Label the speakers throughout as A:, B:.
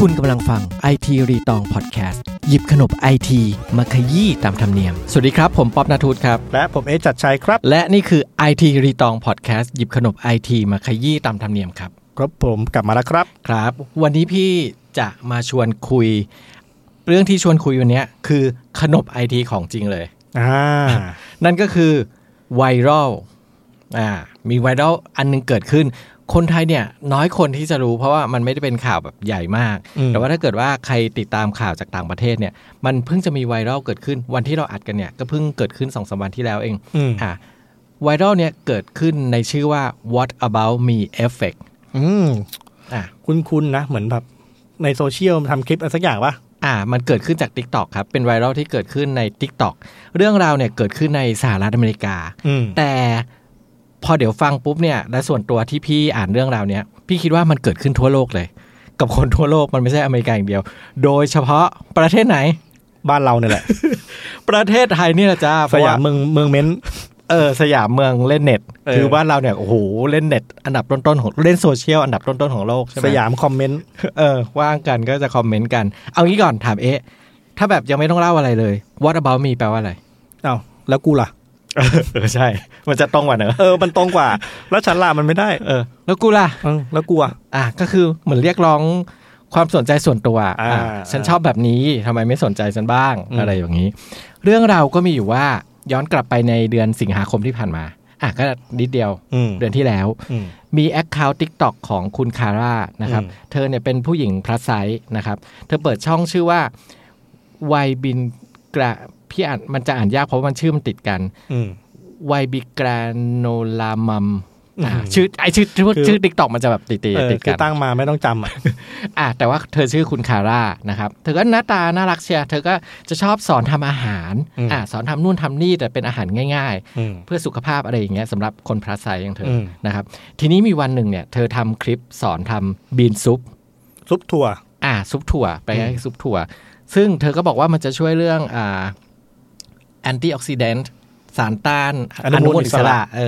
A: คุณกำลังฟัง IT รีตองพอดแคสต์หยิบขนบไอทีมาขยี้ตามธรรมเนียม สวัสดีครับ ผมป๊อบนาทูตครับ
B: และผมเอจัดชัยครับ
A: และนี่คือ IT รีตองพอดแคสต์หยิบขนบไอทีมาขยี้ตามธรรมเนียมครับ
B: ครับผมกลับมาแล้วครับ
A: ครับ วันนี้พี่จะมาชวนคุย เรื่องที่ชวนคุยวันเนี้ยคือขนบไอทีของจริงเลย
B: อ่า
A: นั่นก็คือไวรัลอ่ามีไวรัลอันหนึงเกิดขึ้น คนไทยเนี่ยน้อยคนที่จะรู้เพราะว่ามันไม่ได้เป็นข่าวแบบใหญ่มาก
B: อืม
A: แต่ว่าถ้าเกิดว่าใครติดตามข่าวจากต่างประเทศเนี่ยมันเพิ่งจะมีไวรัลเกิดขึ้นวันที่เราอัดกันเนี่ยก็เพิ่งเกิดขึ้นสองสามวันที่แล้วเอง
B: อืม
A: อ่าไวรัลเนี่ยเกิดขึ้นในชื่อว่า what about me effect
B: อืม
A: อ่า
B: คุ้นๆนะ เหมือนแบบในโซเชียลทำคลิปอะไรสักอย่างปะ
A: อ่ามันเกิดขึ้นจาก TikTok ครับ เป็นไวรัลที่เกิดขึ้นใน TikTok เรื่องราวเนี่ยเกิดขึ้นในสหรัฐอเมริกา
B: อืม
A: แต่พอเดี๋ยวฟังปุ๊บเนี่ย และส่วนตัวที่พี่อ่านเรื่องราวเนี้ยพี่คิดว่ามันเกิดขึ้นทั่วโลกเลย กับคนทั่วโลกมันไม่ใช่อเมริกาอย่างเดียว โดยเฉพาะประเทศไหน
B: บ้านเราเนี่ยแหละ
A: ประเทศไทยนี่แหละจ้า เพ
B: ส
A: ระว่
B: ยามเมืองเมืองเม้น
A: เออสยามเมืองเล่นเน็ต
B: เออ
A: คือบ้านเราเนี่ยโอ้โหเล่นเน็ต อันดับต้นๆของเล่นโซเชียลอันดับต้นๆของโลกใช่ไหม
B: สยามคอมเมนต์
A: เออว่างกันก็จะคอมเมนต์กัน เอางี้ก่อนถามเอ๊ะถ้าแบบยังไม่ต้องเล่าอะไรเลย What about me แปลว่าอะไร
B: เอ้าแล้วกูล่ะ
A: เออใช่ มันจะต้องกว่าเนอะ
B: เออ มันตรงกว่า แล้วฉันล่ะมันไม่ได้
A: เออแล้วกูล่ะ
B: เออ แล้วกูอ่ะ
A: อ่ะก็คือเหมือนเรียกร้องความสนใจส่วนตัว
B: อ่า
A: อ่ะฉันชอบแบบนี้ทำไมไม่สนใจฉันบ้าง
B: อืม
A: อะไรอย่างนี้ เรื่องราวก็มีอยู่ว่าย้อนกลับไปในเดือนสิงหาคมที่ผ่านมาอ่ะก็นิดเดียว
B: อืม
A: เดือนที่แล้ว
B: อืม
A: มีแอคเคาท์ TikTok ของคุณคาร่านะครับ
B: อืม
A: เธอเนี่ยเป็นผู้หญิงพลัสไซส์นะครับ เธอเปิดช่องชื่อว่าไวบินกระพี่อ่านมันจะอ่านยากเพราะมันชื่อมันติดกัน
B: อืม
A: ไวบิกรโนลามัมอ่ะ
B: อืม
A: ชื่อไอชื่อชื่อ
B: คือ
A: ชื่อทิกตอกมันจะแบบติด
B: เออ
A: ๆติด
B: คื
A: กั
B: อน ตั้งมาไม่ต้องจำอ่ะ
A: อ่ะแต่ว่าเธอชื่อคุณคาร่านะครับ เธอก็หน้าตาน่ารักเชียร์เธอก็จะชอบสอนทำอาหาร
B: อืม
A: สอนทำนู่นทำนี่แต่เป็นอาหารง่าย
B: อืม
A: ๆ เพื่อสุขภาพอะไรอย่างเงี้ยสำหรับคนพลัสไซส์อย่างเธออ
B: ม
A: นะครับ ทีนี้มีวันหนึ่งเนี่ยเธอทำคลิปสอนทำบีนซุป
B: ซุปถั่ว
A: อ่าซุปถั่วไป
B: อืม
A: ให้ซุปถั่ว ซึ่งเธอก็บอกว่ามันจะช่วยเรื่องอ่าแอนตี้ออกซิเดนต์สารต้านเออ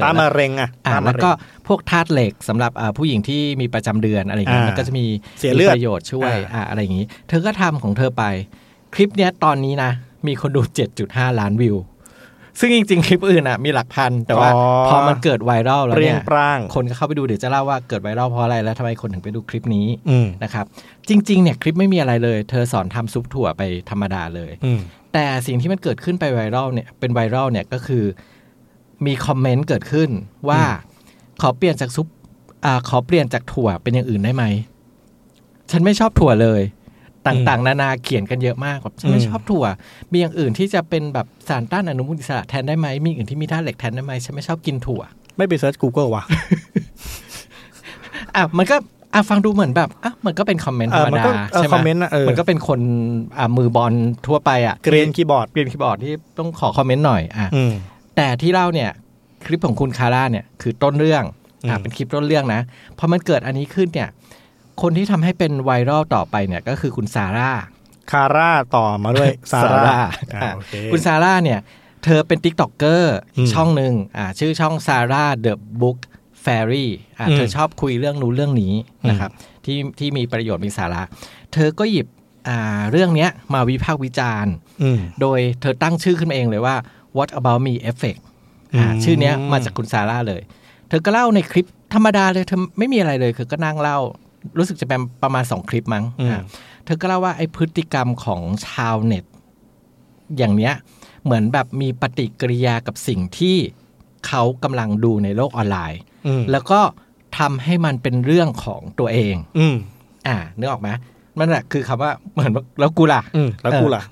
B: ตามมะเร็งอ่ะ
A: อ่า
B: ตาม
A: แล้ว
B: มะเร็ง
A: ก็พวกธาตุเหล็กสำหรับอ่าผู้หญิงที่มีประจำเดือนอะไรอย่างเงี้ย
B: อ่ามั
A: มันก็จะมี
B: เสียเลือด
A: มีประโยชน์ช่วย
B: อ่า
A: อ่าอะไรอย่างงี้ เธอก็ทำของเธอไป คลิปเนี้ยตอนนี้นะ มีคนดู 7.5 ล้านวิว ซึ่งจริง ๆ คลิปอื่นอ่ะมีหลักพัน แต่ว่าพอมันเกิดไวรัลแล้ว
B: เปรีย
A: เนี่ย
B: งปราง
A: คนก็เข้าไปดูเดี๋ยวจะเล่าว่าเกิดไวรัลเพราะอะไรแล้วทำไมคนถึงไปดูคลิปนี้
B: อืม
A: นะครับ จริง ๆ เนี่ยคลิปไม่มีอะไรเลย เธอสอนทำซุปถั่วไปธรรมดาเลย
B: อืม
A: แต่สิ่งที่มันเกิดขึ้นไปไวรัลเนี่ยเป็นไวรัลเนี่ยก็คือมีคอมเมนต์เกิดขึ้นว่าขอเปลี่ยนจากซุปอ่าขอเปลี่ยนจากถั่วเป็นอย่างอื่นได้ไหม ฉันไม่ชอบถั่วเลย ต่างๆ นานาเขียนกันเยอะมากแบบฉันไม่
B: อืม
A: ชอบถั่ว มีอย่างอื่นที่จะเป็นแบบสารต้านอนุมูลอิสระแทนได้ไหมมีอย่างอื่นที่มีธาตุเหล็กแทนได้ไหมฉันไม่ชอบกินถั่ว
B: ไม่ไปเซิร์ช Google ว่ะ
A: อ่ะมันก็อ่ะฟังดูเหมือนแบบอ่ะมันก็เป็นคอมเมนต์ธรรม
B: เออมัน
A: ดา
B: ก็เออ
A: ใช่ไห
B: คอมเมนต์นะเออ
A: มันก็เป็นคนอ่ะมือบอลทั่วไปอ่ะ
B: เกรียนคีย์บอร์ด
A: เกรียนคีย์บอร์ดที่ต้องขอคอมเมนต์หน่อยอ่ะ
B: อืม
A: แต่ที่เล่าเนี่ยคลิปของคุณคาร่าเนี่ยคือต้นเรื่องอ่า
B: อืม
A: เป็นคลิปต้นเรื่องนะพอมันเกิดอันนี้ขึ้นเนี่ย คนที่ทำให้เป็นไวรัลต่อไปเนี่ยก็คือคุณซาร่า
B: คาร่าต่อมา ด้วย ซาร่า
A: ซาร่า
B: อ่าโอเ
A: คุณซาร่าเนี่ย เธอเป็นติ๊กต็อกเกอร์
B: อืม
A: ช่องหนึ่งอ่าชื่อช่องซาร่าเดอะบุ๊กแฟรี่อ่า
B: อืม
A: เธอชอบคุยเรื่องนู้นเรื่องนี้
B: อืม
A: นะครับที่ที่มีประโยชน์มีสาระ เธอก็หยิบอ่าเรื่องเนี้ยมาวิพากษ์วิจารณ์
B: อืม
A: โดยเธอตั้งชื่อขึ้นมาเองเลยว่า What about me effect อ่า
B: อืม
A: ชื่อเนี้ยมาจากคุณซาร่าเลย เธอก็เล่าในคลิปธรรมดาเลยเธอไม่มีอะไรเลยเธอก็นั่งเล่า รู้สึกจะเป็นประมาณ 2 คลิปมั้ง
B: อืม
A: อ่าเธอก็เล่าว่าไอ้พฤติกรรมของชาวเน็ต อย่างเนี้ยเหมือนแบบมีปฏิกิริยากับสิ่งที่เขากำลังดูในโลกออนไลน์
B: อืม
A: แล้วก็ทำให้มันเป็นเรื่องของตัวเอง
B: อืม
A: อ่านึกออกไหมมันแหละคือคำว่าเหมือนว่าแล้วกูล่ะ
B: อืมแล้วกูล่ะ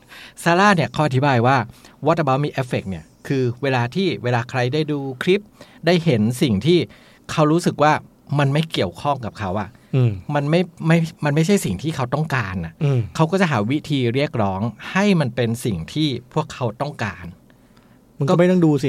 A: ซาร่าเนี่ยเขาอธิบายว่า What about me effect เนี่ย คือเวลาที่เวลาใครได้ดูคลิป ได้เห็นสิ่งที่เขารู้สึกว่ามันไม่เกี่ยวข้องกับเขาอะ
B: อืม
A: มันไม่ไม่มันไม่ใช่สิ่งที่เขาต้องการอะ
B: อืม
A: เขาก็จะหาวิธีเรียกร้องให้มันเป็นสิ่งที่พวกเขาต้องการ
B: มึงก็ไม่ต้องดูสิ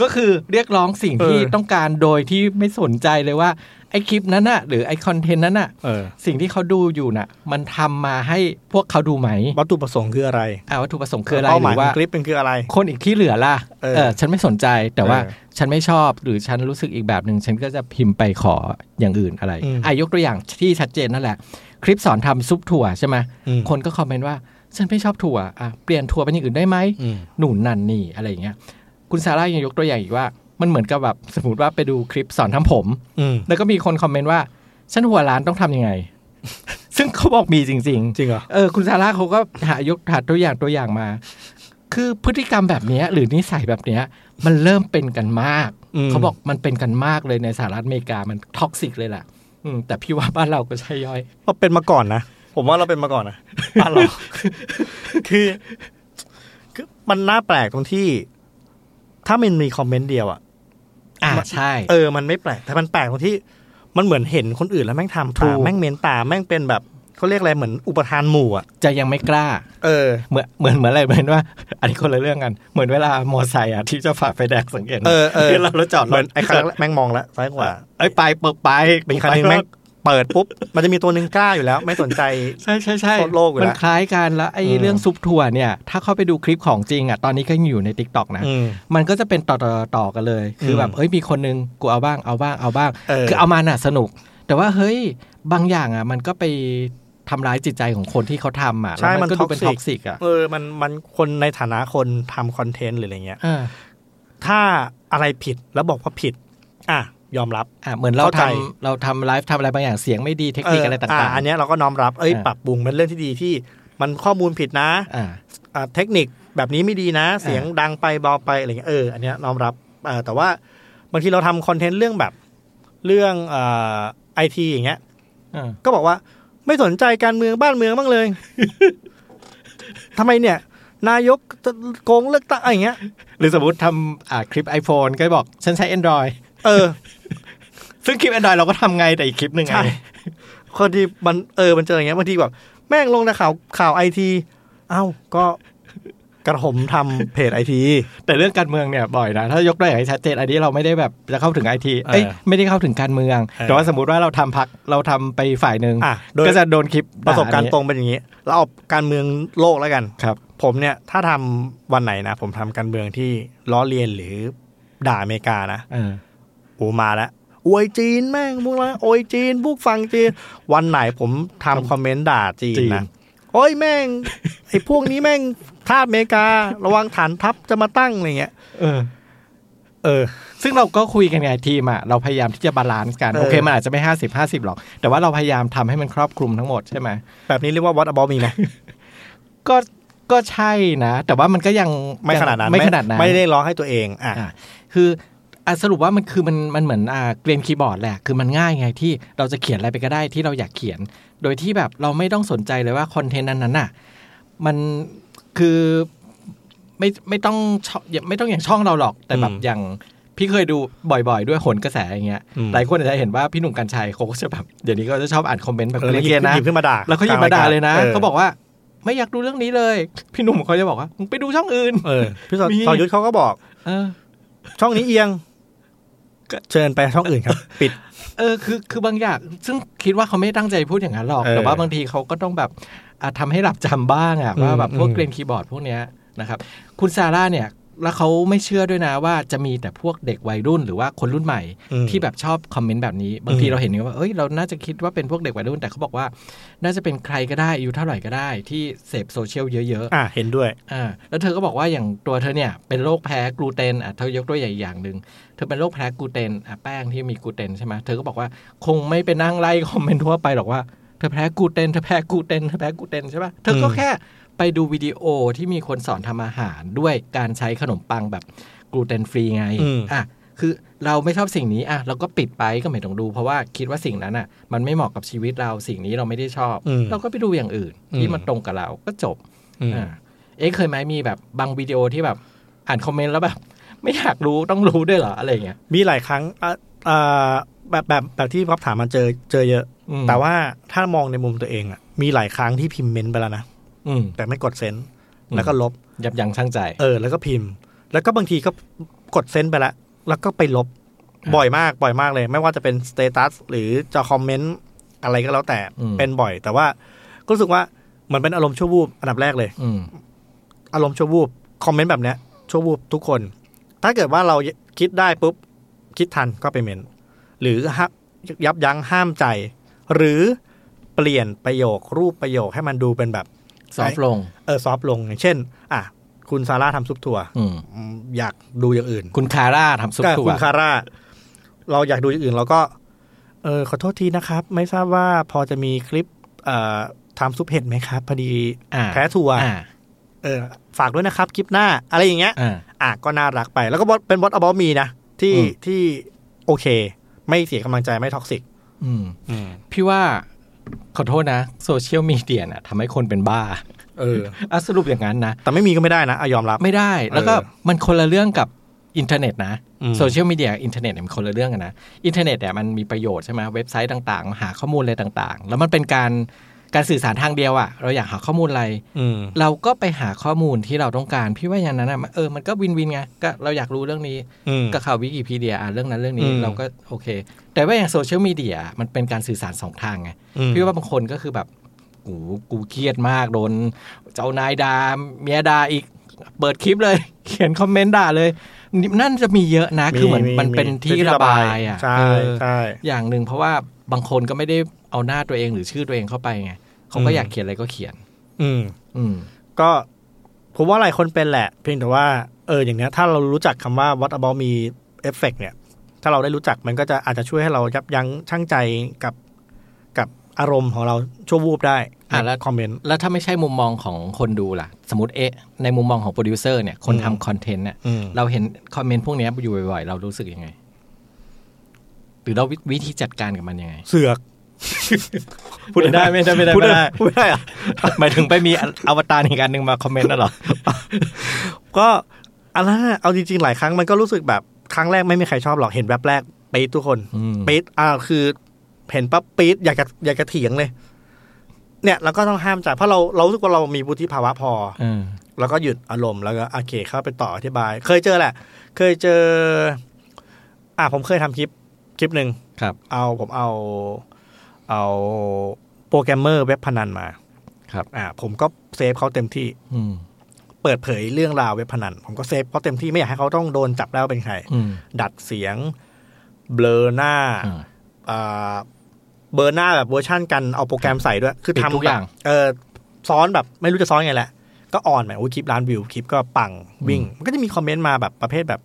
A: ก็คือเรียกร้องสิ่งที่
B: เออ
A: ต้องการโดยที่ไม่สนใจเลยว่า ไอคลิปนั้นน่ะ หรือไอคอนเทนต์นั้นน่ะ
B: เออ
A: สิ่งที่เขาดูอยู่น่ะ มันทำมาให้พวกเขาดูไหม
B: วัตถุประสงค์คืออะไร
A: อ่าวัตถุประสงค์คืออะไร
B: เป้า
A: ห
B: หมา
A: รื
B: ย
A: อ
B: ขอ
A: ว่า
B: งคลิปเป็นคืออะไร
A: คนอีกที่เหลือล่ะ
B: เออ
A: ฉันไม่สนใจแต่ว่า
B: เออ
A: ฉันไม่ชอบหรือฉันรู้สึกอีกแบบหนึ่งฉันก็จะพิมพ์ไปขออย่างอื่นอะไร
B: อืม
A: อ่ะยกตัวอย่างที่ชัดเจนนั่นแหละ คลิปสอนทำซุปถั่วใช่ไหม
B: อืม
A: คนก็คอมเมนต์ว่า ฉันไม่ชอบถั่วอ่ะเปลี่ยนถั่วเป็นอย่างอื่นได้ไหม
B: อืม
A: หนุนนั่นนี่อะไรอย่างเงี้ยคุณซาร่ายังยกตัวอย่างอีกว่า มันเหมือนกับแบบสมมติว่าไปดูคลิปสอนทำผม
B: อืม
A: แล้วก็มีคนคอมเมนต์ว่า ฉันหัวร้านต้องทำยัง ไง ซึ่งเขาบอกมีจริง ๆ
B: จริงเหรอ
A: เออคุณซาร่าเขาก็หายกถาตัวอย่างตัวอย่างมา คือพฤติกรรมแบบเนี้ย หรือนิสัยแบบเนี้ย มันเริ่มเป็นกันมาก
B: อืม
A: เขาบอกมันเป็นกันมากเลยในสหรัฐอเมริกามันท็อกซิกเลยล่ะ อืมแต่พี่ว่าบ้านเราก็ใช่ย่อย
B: เราเป็นมาก่อนนะ ผมว่าเราเป็นมาก่อนนะบ้านเรา คือคือมันน่าแปลกตรงที่ ถ้ามันมีคอมเมนต์เดียวอ่ะ
A: อ่า
B: มัน
A: ใช่
B: เออมันไม่แปลกแต่มันแปลกตรงที่ มันเหมือนเห็นคนอื่นแล้วแม่งทำ
A: ถู
B: ตาม
A: ก
B: แม่งเมนตามแม่งเป็นแบบเขาเรียกอะไรเหมือนอุปทานหมู่อ่ะ
A: จะยังไม่กล้า
B: เออ
A: เหมือนเหมือนเหมือนอะไรเหมือนว่า อันนี้คนละเรื่องกัน เหมือนเวลามอไซค์อ่ะที่จะฝ่าไฟแดงสังเกตไหม
B: เออเออ
A: ที่เราเราจอด
B: เห
A: ร
B: มือ
A: ถ
B: นไอ้ครั้งแรกแม่งมองแล้วซ้ายขวา
A: เอ้ยไปเปิดไป
B: เป็นคันหนึงแม่งเปิดปุ๊บมันจะมีตัวหนึ่งกล้าอยู่แล้ว ไม่สนใจ
A: ใช่ใช่ใช่
B: โคตรโลกอยู่
A: มั
B: แล้ว
A: นคล้ายกันแล้วไอ้
B: อืม
A: เรื่องซุปถั่วเนี่ย ถ้าเข้าไปดูคลิปของจริงอ่ะตอนนี้ก็ยังอยู่ในติกตอกนะ
B: อืม
A: มันก็จะเป็นต่อต่อต่อกันเลย คือแบบเอ้ยมีคนนึงกูเอาบ้างเอาบ้างเอาบ้าง
B: เออ
A: คือเอามาน่ะสนุก แต่ว่าเฮ้ยบางอย่างอ่ะ มันก็ไปทำร้ายจิตใจของคนที่เขาทำอ่ะ
B: ใช่
A: แล้ว
B: มัน
A: ก็ดูเป็นท็อก
B: toxic
A: ซิกอ่ะ
B: เออมันมันคนในฐานะคนทำคอนเทนต์หรืออะไรเงี้ย
A: เออ
B: ถ้าอะไรผิดแล้วบอกว่าผิด อ่ะ ยอมรับ
A: อ่ะเหมือนเรา
B: เข้า
A: ท
B: ใจ
A: ำเราทำไลฟ์ทำอะไรบางอย่างเสียงไม่ดีเทคนิคอะไรต่าง
B: อันเนี้ยเราก็น้อมรับ เอ้ย
A: อ่า
B: ปรับปรุงเป็นเรื่องที่ดีที่มันข้อมูลผิดนะ
A: ๆอ่า
B: อ่าเทคนิคแบบนี้ไม่ดีนะ เสียงดังไปเบาไปอะไรเงี้ยเอออันเนี้ยน้อมรับเออแต่ว่าบางทีเราทำคอนเทนต์เรื่องแบบ เรื่องไอทีอย่างเงี้ย ก็บอกว่าไม่สนใจการเมืองบ้านเมืองบ้าง เลย ทำไมเนี่ย นายกโกงเลือกตั้งอะไรอย่างเงี้ย
A: หรือสมมติทำอ่าคลิป iPhone ก็บอกฉันใช้ Android
B: เออ
A: ซึ่งคลิป Android เราก็ทำไงแต่อีกคลิปหนึ่งไง
B: ใช่คนที่มันเออมันเจออย่างเงี้ยบางทีแบบแม่งลงในข่าวข่าวไอที เอ้าก็กระผมทำเพจไอที
A: แต่เรื่องการเมืองเนี่ยบ่อยนะ ถ้ายกตัวอย่างให้ชัดเจนอันนี้เราไม่ได้แบบจะเข้าถึงไอทีเอ้ย
B: เออ
A: ไม่ได้เข้าถึงการเมือง
B: เออ
A: แต่ว่าสมมติว่าเราทำพักเราทำไปฝ่ายหนึ่ง
B: อ่ะโดย
A: ก็จะโดนคลิป
B: ประสบการณ์ต
A: ด่
B: รงเป็นอย่างนี้เราเอาการเมืองโลกแล้วกัน
A: อันนี้ครับ
B: ผมเนี่ย ถ้าทำวันไหนนะ ผมทำการเมืองที่ล้อเลียนหรือด่าอเมริกานะ
A: เออ
B: โอูมาแล้วอวยจีนแม่งพวกละอวยจีนพวกฟังจีน วันไหนผมทำคอมเมนต์ด่าจีน
A: จีน
B: นะโอ้ยแม่งไอ้พวกนี้แม่งทาสอเมริกา ระวังฐานทัพจะมาตั้งอะไรเงี้ย
A: เออ
B: เออ
A: ซึ่งเราก็คุยกันไงทีมอ่ะ เราพยายามที่จะบาลานซ์กัน
B: เออ
A: โอเค มันอาจจะไม่ห้าสิบห้าสิบหรอก แต่ว่าเราพยายามทำให้มันครอบคลุมทั้งหมดใช่ไหม
B: แบบนี้เรียกว่า what about me ไหม
A: ก็ก็ใช่นะ แต่ว่ามันก็ยัง
B: ไม่ขนาดนั้น
A: ไม่ขนาดนั้น
B: ไม่ได้ร้องให้ตัวเองอ่ะ
A: อ่ะ คืออ่ะสรุปว่ามันคือมันมันเหมือนอ่าเกรียนคีย์บอร์ดแหละ คือมันง่ายไงที่เราจะเขียนอะไรไปก็ได้ที่เราอยากเขียน โดยที่แบบเราไม่ต้องสนใจเลยว่าคอนเทนต์นั้นๆน่ะ มันคือไม่ไม่ต้องช่องอย่าไม่ต้องอย่างช่องเราหรอก แต่แบบ
B: อืม
A: อย่างพี่เคยดูบ่อยๆ ด้วยโหนกระแสอย่างเงี้ย
B: อืม
A: หลายคนอาจจะเห็นว่าพี่หนุ่มกัญชัยเขาก็จะแบบเดี๋ยวนี้ก็จะชอบอ่านคอมเมนต์แบบ
B: เออแล้วหยิ
A: เกรียนๆ
B: บ
A: นะ
B: หยิบขึ้นมาด่า
A: แล้วเขาหยิบมาด่าเลยนะ
B: อ
A: เขาบอกว่า ไม่อยากดูเรื่องนี้เลย พี่หนุ่มเขาจะบอกว่ามึงไปดูช่องอื่น
B: เออพี่สอ
A: มี
B: สอยุทธเขาก็บอก
A: เออ
B: ช่องนี้เอียงเชิญไปช่องอื่นครับ ปิด
A: เออคือคือบางอย่างซึ่งคิดว่าเขาไม่ได้ตั้งใจพูดอย่างนั้นหรอก
B: เออ
A: แต่ว่าบางทีเขาก็ต้องแบบอาทำให้หลับจำบ้างอะว่าแบบ
B: อืม
A: พวก
B: อืม
A: เกรนคีย์บอร์ดพวกเนี้ยนะครับ คุณซาร่าเนี่ย แล้วเขาไม่เชื่อด้วยนะว่าจะมีแต่พวกเด็กวัยรุ่น หรือว่าคนรุ่นใหม่
B: อืม
A: ที่แบบชอบคอมเมนต์แบบนี้ บางที
B: อืม
A: เราเห็นว่าเอ้ยเราน่าจะคิดว่าเป็นพวกเด็กวัยรุ่น แต่เขาบอกว่า น่าจะเป็นใครก็ได้อายุเท่าไหร่ก็ได้ ที่เสพโซเชียลเยอะๆ
B: อ่ะเห็นด้วย
A: อ่าแล้วเธอก็บอกว่าอย่างตัวเธอเนี่ยเป็นโรคแพ้กลูเตนอ่ะเธอยกตัวอย่างอีกอย่างหนึ่งเธอเป็นโรคแพ้กลูเตนอ่ะแป้งที่มีกลูเตนใช่ไหมเธอก็บอกว่าคงไม่ไปนั่งไล่คอมเมนต์ทั่วไปหรอกว่าเธอแพ้กลูเตนเธอแพ้กลูเตนเธอแพ้กลูเตนใช่ปะเธอก็
B: อืม
A: แค่ไปดูวิดีโอที่มีคนสอนทำอาหารด้วยการใช้ขนมปังแบบกลูเตนฟรีไงอ่ะคือเราไม่ชอบสิ่งนี้อ่ะเราก็ปิดไปก็ไม่ต้องดู เพราะว่าคิดว่าสิ่งนั้นอ่ะ มันไม่เหมาะกับชีวิตเราสิ่งนี้เราไม่ได้ชอบ
B: อืม
A: เราก็ไปดูอย่างอื่น ที่มันตรงกับเราก็จบ
B: อืม
A: อ่าเอ๊ะเคยไหมมีแบบบางวิดีโอที่แบบอ่านคอมเมนต์แล้วแบบ ไม่อยากรู้ต้องรู้ด้วยเหรออะไรอย่างเงี้ย
B: มีหลายครั้งอ่ะอ่าแบบแบบแบบที่พับถามมาเจอเจอเยอะ
A: อืม
B: แต่ว่าถ้ามองในมุมตัวเองอ่ะมีหลายครั้งที่พิมพ์เมนต์ไปแล้วนะ
A: อืม
B: แต่ไม่กดเซนต์แล้วก็ลบ
A: ยับยั้งชั่งใจ
B: เออ แล้วก็พิมพ์ แล้วก็บางทีก็กดเซนต์ไปแล้วแล้วก็ไปลบ บ่อยมากบ่อยมากเลย ไม่ว่าจะเป็นสเตตัสหรือจะคอมเมนต์อะไรก็แล้วแต่
A: อืม
B: เป็นบ่อย แต่ว่าก็รู้สึกว่าเหมือนเป็นอารมณ์ชั่ววูบอันดับแรกเลย
A: อืม
B: อารมณ์ชั่ววูบคอมเมนต์แบบเนี้ยชั่ววูบทุกคน ถ้าเกิดว่าเราคิดได้ปุ๊บ คิดทันก็ไปเมนหรือฮะยับยั้งห้ามใจ หรือเปลี่ยนประโยครูปประโยคให้มันดูเป็นแบบ
A: ซอฟต์ลง
B: เออซอฟต์ลงอย่างเช่น อ่ะ คุณซาร่าทำซุปถั่ว
A: อืม
B: อืมอยากดูอย่างอื่น
A: คุณคาร่าทำซุป
B: ก็
A: ถั่ว
B: คุณคาร่า เราอยากดูอย่างอื่น เราก็ เออขอโทษทีนะครับ ไม่ทราบว่าพอจะมีคลิป เอ่อทำซุปเห็ดไหมครับ พอดี
A: อ่า
B: แพ้ถั่ว
A: อ่า
B: เออ ฝากด้วยนะครับคลิปหน้า อะไรอย่างเงี้ย
A: อ่า
B: อ่ะก็น่ารักไป แล้วก็ what- เป็นบอ a อบอมีนะ ที่
A: อืม
B: ที่โอเค ไม่เสียกำลังใจไม่ท็อกซิก
A: อืม พี่ว่า ขอโทษนะ โซเชียลมีเดียน่ะทำให้คนเป็นบ้า
B: เออ
A: อ่ะสรุปอย่างนั้นนะ
B: แต่ไม่มีก็ไม่ได้นะอะยอมรับ
A: ไม่ได้แล้วก็
B: เออ
A: มันคนละเรื่องกับอินเทอร์เน็ตนะ
B: อืม
A: โซเชียลมีเดียอินเทอร์เน็ตเนี่ยมันคนละเรื่องกันนะอินเทอร์เน็ตเนี่ยมันมีประโยชน์ใช่ไหมเว็บไซต์ต่างๆ หาข้อมูลอะไรต่างๆ แล้วมันเป็นการการสื่อสารทางเดียวอะเราอยากหาข้อมูลอะไร
B: อืม
A: เราก็ไปหาข้อมูลที่เราต้องการ พี่ว่าอย่างนั้นอะมันเออมันก็วินวินไงก็เราอยากรู้เรื่องนี้
B: อืม
A: ก็เข้าวิกิพีเดียอ่านเรื่องนั้นเรื่องนี้
B: อืม
A: เราก็โอเค แต่ว่าอย่างโซเชียลมีเดียมันเป็นการสื่อสารสองทางไง
B: อืม
A: พี่ว่าบางคนก็คือแบบกูกูเครียดมากโดน เจ้านายดา่าเมียด่าอีก เปิดคลิปเลย เขียนคอมเมนต์ด่าเลยนี่นั่นจะมีเยอะนะ คือเหมือนมันเป็นที่ระบายอ่ะ
B: ใช่
A: เออ
B: ใช่
A: อย่างหนึ่งเพราะว่าบางคนก็ไม่ได้เอาหน้าตัวเองหรือชื่อตัวเองเข้าไปไงเขาก็
B: อืม
A: อยากเขียนอะไรก็เขียน
B: อืม
A: อืม
B: ก็ผมว่าหลายคนเป็นแหละ เพียงแต่ว่าเอออย่างเนี้ยถ้าเรารู้จักคำว่า what about me effect เนี่ย ถ้าเราได้รู้จักมันก็จะอาจจะช่วยให้เรายับยั้งชั่งใจกับกับอารมณ์ของเราชั่ววูบได้
A: อ่ะแล้ว
B: คอมเมนต์
A: แล้วถ้าไม่ใช่มุมมองของคนดูล่ะ สมมติเอะในมุมมองของโปรดิวเซอร์เนี่ยคน
B: อืม
A: ทำคอนเทนต์เนี่ย
B: อืม
A: เราเห็นคอมเมนต์พวกเนี้ยอยู่บ่อยๆ เรารู้สึกยังไง หรือเราวิวิธีจัดการกับมันยังไง
B: เสือก
A: พูดได้ไม่ได้ไม่ได้
B: พูด
A: ไม่ได้
B: ได้พูดได้เหรอ
A: หมายถึงไปมีอวตารอีกอันหนึ่งมาคอมเมนต์น่ะเหรอ
B: ก็อันนั้นน่ะเอาจริงๆ หลายครั้งมันก็รู้สึกแบบครั้งแรกไม่มีใครชอบหรอกเห็นแบบแรกปีดทุกคน
A: อืม
B: ปีดอ่าคือเห็นปั๊บปีดอยากจะอยากจะเถียงเลย เนี่ยเราก็ต้องห้ามใจเพราะเราเรารู้สึกว่าเรามีวุฒิภาวะพอ
A: เออ
B: แล้วก็หยุดอารมณ์แล้วก็โอเคเข้าไปต่ออธิบาย เคยเจอแหละ เคยเจอ อ่ะผมเคยทำคลิปคลิปหนึ่ง
A: ครับ
B: เอาผมเอา เอาโปรแกรมเมอร์เว็บพนันมา
A: ครับ
B: อ่ะผมก็เซฟเขาเต็มที่
A: อืม
B: เปิดเผยเรื่องราวเว็บพนัน ผมก็เซฟเขาเต็มที่ไม่อยากให้เขาต้องโดนจับแล้วเป็นใคร
A: อืม
B: ดัดเสียง เบลอหน้า
A: อ่า
B: อ่าเบลอหน้าแบบเวอร์ชั่นกันเอาโปรแกรมใส่ด้วย คือ
A: ปิด
B: ทำ
A: ทุกอย่าง
B: แบบเออซ้อนแบบไม่รู้จะซ้อนไงแหละ ก็อ่อนไปโอ้ยคลิปล้านวิว คลิปก็ปังวิ่ง มันก็จะมีคอมเมนต์มาแบบประเภทแบบ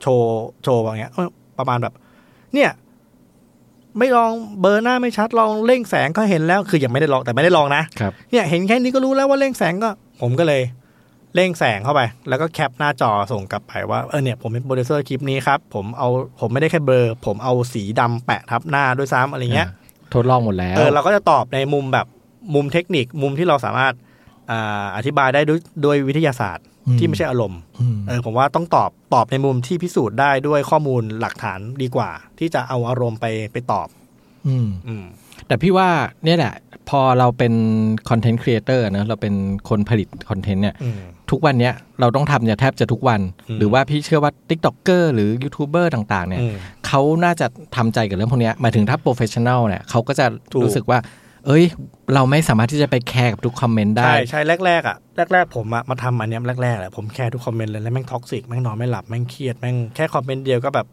B: โชว์โชว์อย่างเงี้ยเออประมาณแบบ เนี่ย ไม่ลองเบลอหน้าไม่ชัดลองเร่งแสงก็เห็นแล้ว คือยังไม่ได้ลองแต่ไม่ได้ลองนะ
A: ครับ
B: เนี่ยเห็นแค่นี้ก็รู้แล้วว่าเร่งแสงก็ ผมก็เลยเร่งแสงเข้าไป แล้วก็แคปหน้าจอส่งกลับไปว่าเออเนี่ยผมเป็นโปรดิวเซอร์คลิปนี้ครับ ผมเอาผมไม่ได้แค่เบลอผมเอาสีดำแปะทับหน้าด้วยซ้ำอะไรเงี้ย
A: ทดลองหมดแล้ว
B: เออเราก็จะตอบในมุมแบบมุมเทคนิคมุมที่เราสามารถอ่าอธิบายได้ด้วยด้วยวิทยาศาสตร์ที่ไม่ใช่อารมณ์
A: อืม
B: เออผมว่าต้องตอบตอบในมุมที่พิสูจน์ได้ด้วยข้อมูลหลักฐานดีกว่า ที่จะเอาอารมณ์ไปไปตอบ
A: อืม
B: อืม
A: แต่พี่ว่าเนี่ยแหละ พอเราเป็นคอนเทนต์ครีเอเตอร์นะ เราเป็นคนผลิตคอนเทนต์เนี่ย
B: อืม
A: ทุกวันเนี้ยเราต้องทำเนี่ยแทบจะทุกวัน
B: อืม
A: หรือว่าพี่เชื่อว่าติ๊กต็อกเกอร์หรือยูทูบเบอร์ต่างๆ เนี่ย
B: อืม
A: เขาน่าจะทำใจกับเรื่องพวกเนี้ยหมายถึงถ้าโปรเฟชชั่นแนลเนี่ยเขาก็จะ
B: ถูก
A: รู้สึกว่า เอ้ย เราไม่สามารถที่จะไปแคร์กับทุกคอมเมนต์ได้
B: ใช่ใช่แรกๆอ่ะแรกๆผมอะมาทำอันเนี้ยแรกๆแหละผมแคร์ทุกคอมเมนต์เลยแล้วแม่งท็อกซิกแม่งนอนไม่หลับแม่งเครียดแม่งแค่คอมเมนต์เดียวก็แบบ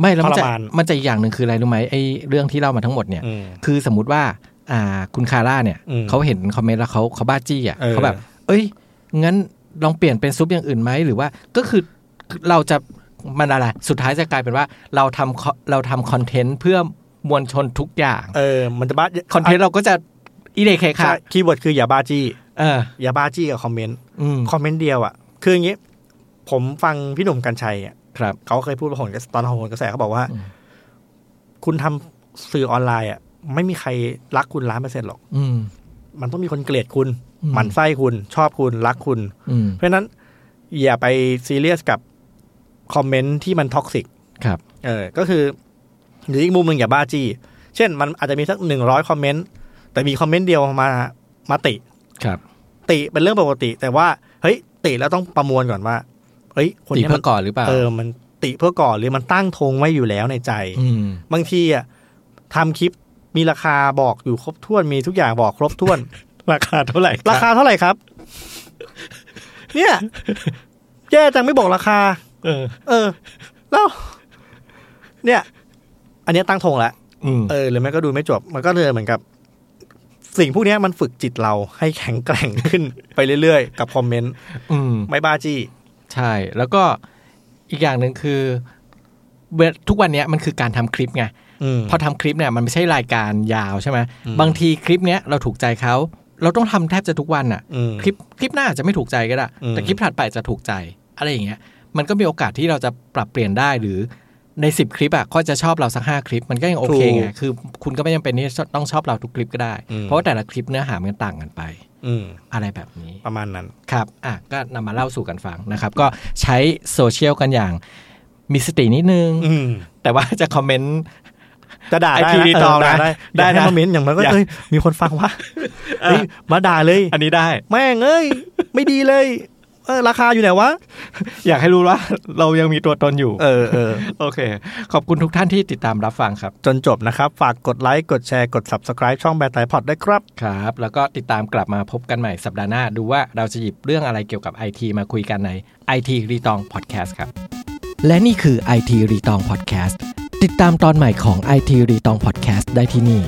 A: ไม่แล้วมัน
B: ท
A: จะ
B: รมาน
A: มันจะอีกอย่างหนึ่งคืออะไรรู้ไหมไอ้เรื่องที่เล่ามาทั้งหมดเนี่ย
B: อืม
A: คือสมมติว่าอ่าคุณคาร่าเนี่ย
B: อืม
A: เขาเห็นคอมเมนต์แล้วเขาเขาบ้าจี้อ่ะ
B: เออ
A: เขาแบบ เอ้ย งั้นลองเปลี่ยนเป็นซุปอย่างอื่นไหมหรือว่าก็คือเราจะมันอะไรสุดท้ายจะกลายเป็นว่าเราทำเราทำคอนเทนต์เพื่อมวลชนทุกอย่าง
B: เออมันจะบ้า
A: คอนเทนต์เราก็จะอีเดคค่ะ
B: ใช่คีย์เวิร์ดคืออย่าบ้าจี้
A: เออ
B: อย่าบ้าจี้กับคอมเมนต์
A: อืม
B: คอมเมนต์เดียวอ่ะคืออย่างงี้ ผมฟังพี่หนุ่มกัญชัยอะ
A: ครับ
B: เขาเคยพูดว่าผลกระแสตอนหนกระแสเขาบอกว่า
A: อืม
B: คุณทำสื่อออนไลน์อ่ะไม่มีใครรักคุณล้านเปอร์เซ็นต์หรอก
A: อืม
B: มันต้องมีคนเกลียดคุณ
A: อืม
B: หมั่นไส้คุณชอบคุณรักคุณ
A: อืม
B: เพราะฉะนั้นอย่าไปซีเรียสกับคอมเมนต์ที่มันท็อกซิก
A: ครับ
B: เออ ก็คือหรืออีกมุมหนึ่งอย่าบ้าจี้ เช่น มันอาจจะมีสักหนึ่งร้อยคอมเมนต์ แต่มีคอมเมนต์เดียวมามาติ
A: ครับ
B: ติเป็นเรื่องปกติ แต่ว่า เฮ้ย ติแล้วต้องประมวลก่อนว่า เฮ้ย คน
A: ตี
B: เนี้ย
A: เพื่
B: มั
A: อน ก่อนหรือเปล่า
B: เออ มันติ ติเพื่อก่อนหรือมันตั้งธงไว้อยู่แล้วในใจ
A: อืม
B: บางทีอ่ะทำคลิปมีราคาบอกอยู่ครบถ้วนมีทุกอย่างบอกครบถ้วน
C: ราคาเท่าไหร่
B: ราคาเท่าไหร่ครับ เนี่ย แย่จังไม่บอกราคา
C: เออ
B: เออ แล้ว เนี่ย อันเนี้ยตั้งธงแล้ว
A: อืม
B: เออหรือไม่ก็ดูไม่จบ มันก็เลยเหมือนกับ สิ่งพวกเนี้ยมันฝึกจิตเราให้แข็งแกร่งขึ้น ไปเรื่อยๆ กับคอมเมนต์
A: อืม
B: ไม่บ้าจี้
A: ใช่ แล้วก็อีกอย่างหนึ่งคือเวลทุกวันเนี้ยมันคือการทำคลิปไง
B: อืม
A: พอทำคลิปเนี่ยมันไม่ใช่รายการยาวใช่ไหม
B: อืม
A: บางทีคลิปเนี้ยเราถูกใจเขา เราต้องทำแทบจะทุกวันอ่ะ
B: อืม
A: คลิปคลิปหน้าอาจจะไม่ถูกใจก็ได้
B: อืม
A: แต่คลิปถัดไปจะถูกใจ อะไรอย่างเงี้ย มันก็มีโอกาสที่เราจะปรับเปลี่ยนได้หรือในสิบคลิปอ่ะก็จะชอบเราสักห้าคลิป มันก็ยังโอเคไงคือ คุณก็ไม่จำเป็นที่จะต้องชอบเราทุกคลิปก็ได้ เพราะว่าแต่ละคลิปเนื้อหามันต่างกันไป
B: อืม
A: อะไรแบบนี้
B: ประมาณนั้น
A: ครับ อ่ะ ก็นำมาเล่าสู่กันฟังนะครับ ก็ใช้โซเชียลกันอย่างมีสตินิดนึง
B: อืม
A: แต่ว่าจะคอมเมนต์
B: จะด่าได้
A: ไอ้พี่
B: นะเ
A: ตอบ
B: ด่า
A: นะ
B: ได้
A: ได้
B: ได้
A: นะ
B: นะมาเม้นต์อย่างมันก็
A: อยาก
B: เอ้ยมีคนฟังวะเฮ้ยมาด่าเลย
A: อันนี้ได้
B: แม่งเอ้ย ไม่ดีเลย เออ ราคาอยู่ไหนวะ
A: อยากให้รู้ว่า เรายังมีตัวตนอยู่
B: เออเออ
A: โอเค ขอบคุณทุกท่านที่ติดตามรับฟังครับ
B: จนจบนะครับ ฝากกดไลค์ กดแชร์ กด subscribe ช่องแบทไทพอดได้วยครับ
A: ครับ แล้วก็ติดตามกลับมาพบกันใหม่สัปดาห์หน้า ดูว่าเราจะหยิบเรื่องอะไรเกี่ยวกับไอทีมาคุยกันใน IT รีตองพอดแคสต์ครับ และนี่คือ IT รีตองพอดแคสต์ติดตามตอนใหม่ของ IT รีตองพอดแคสต์ได้ที่นี่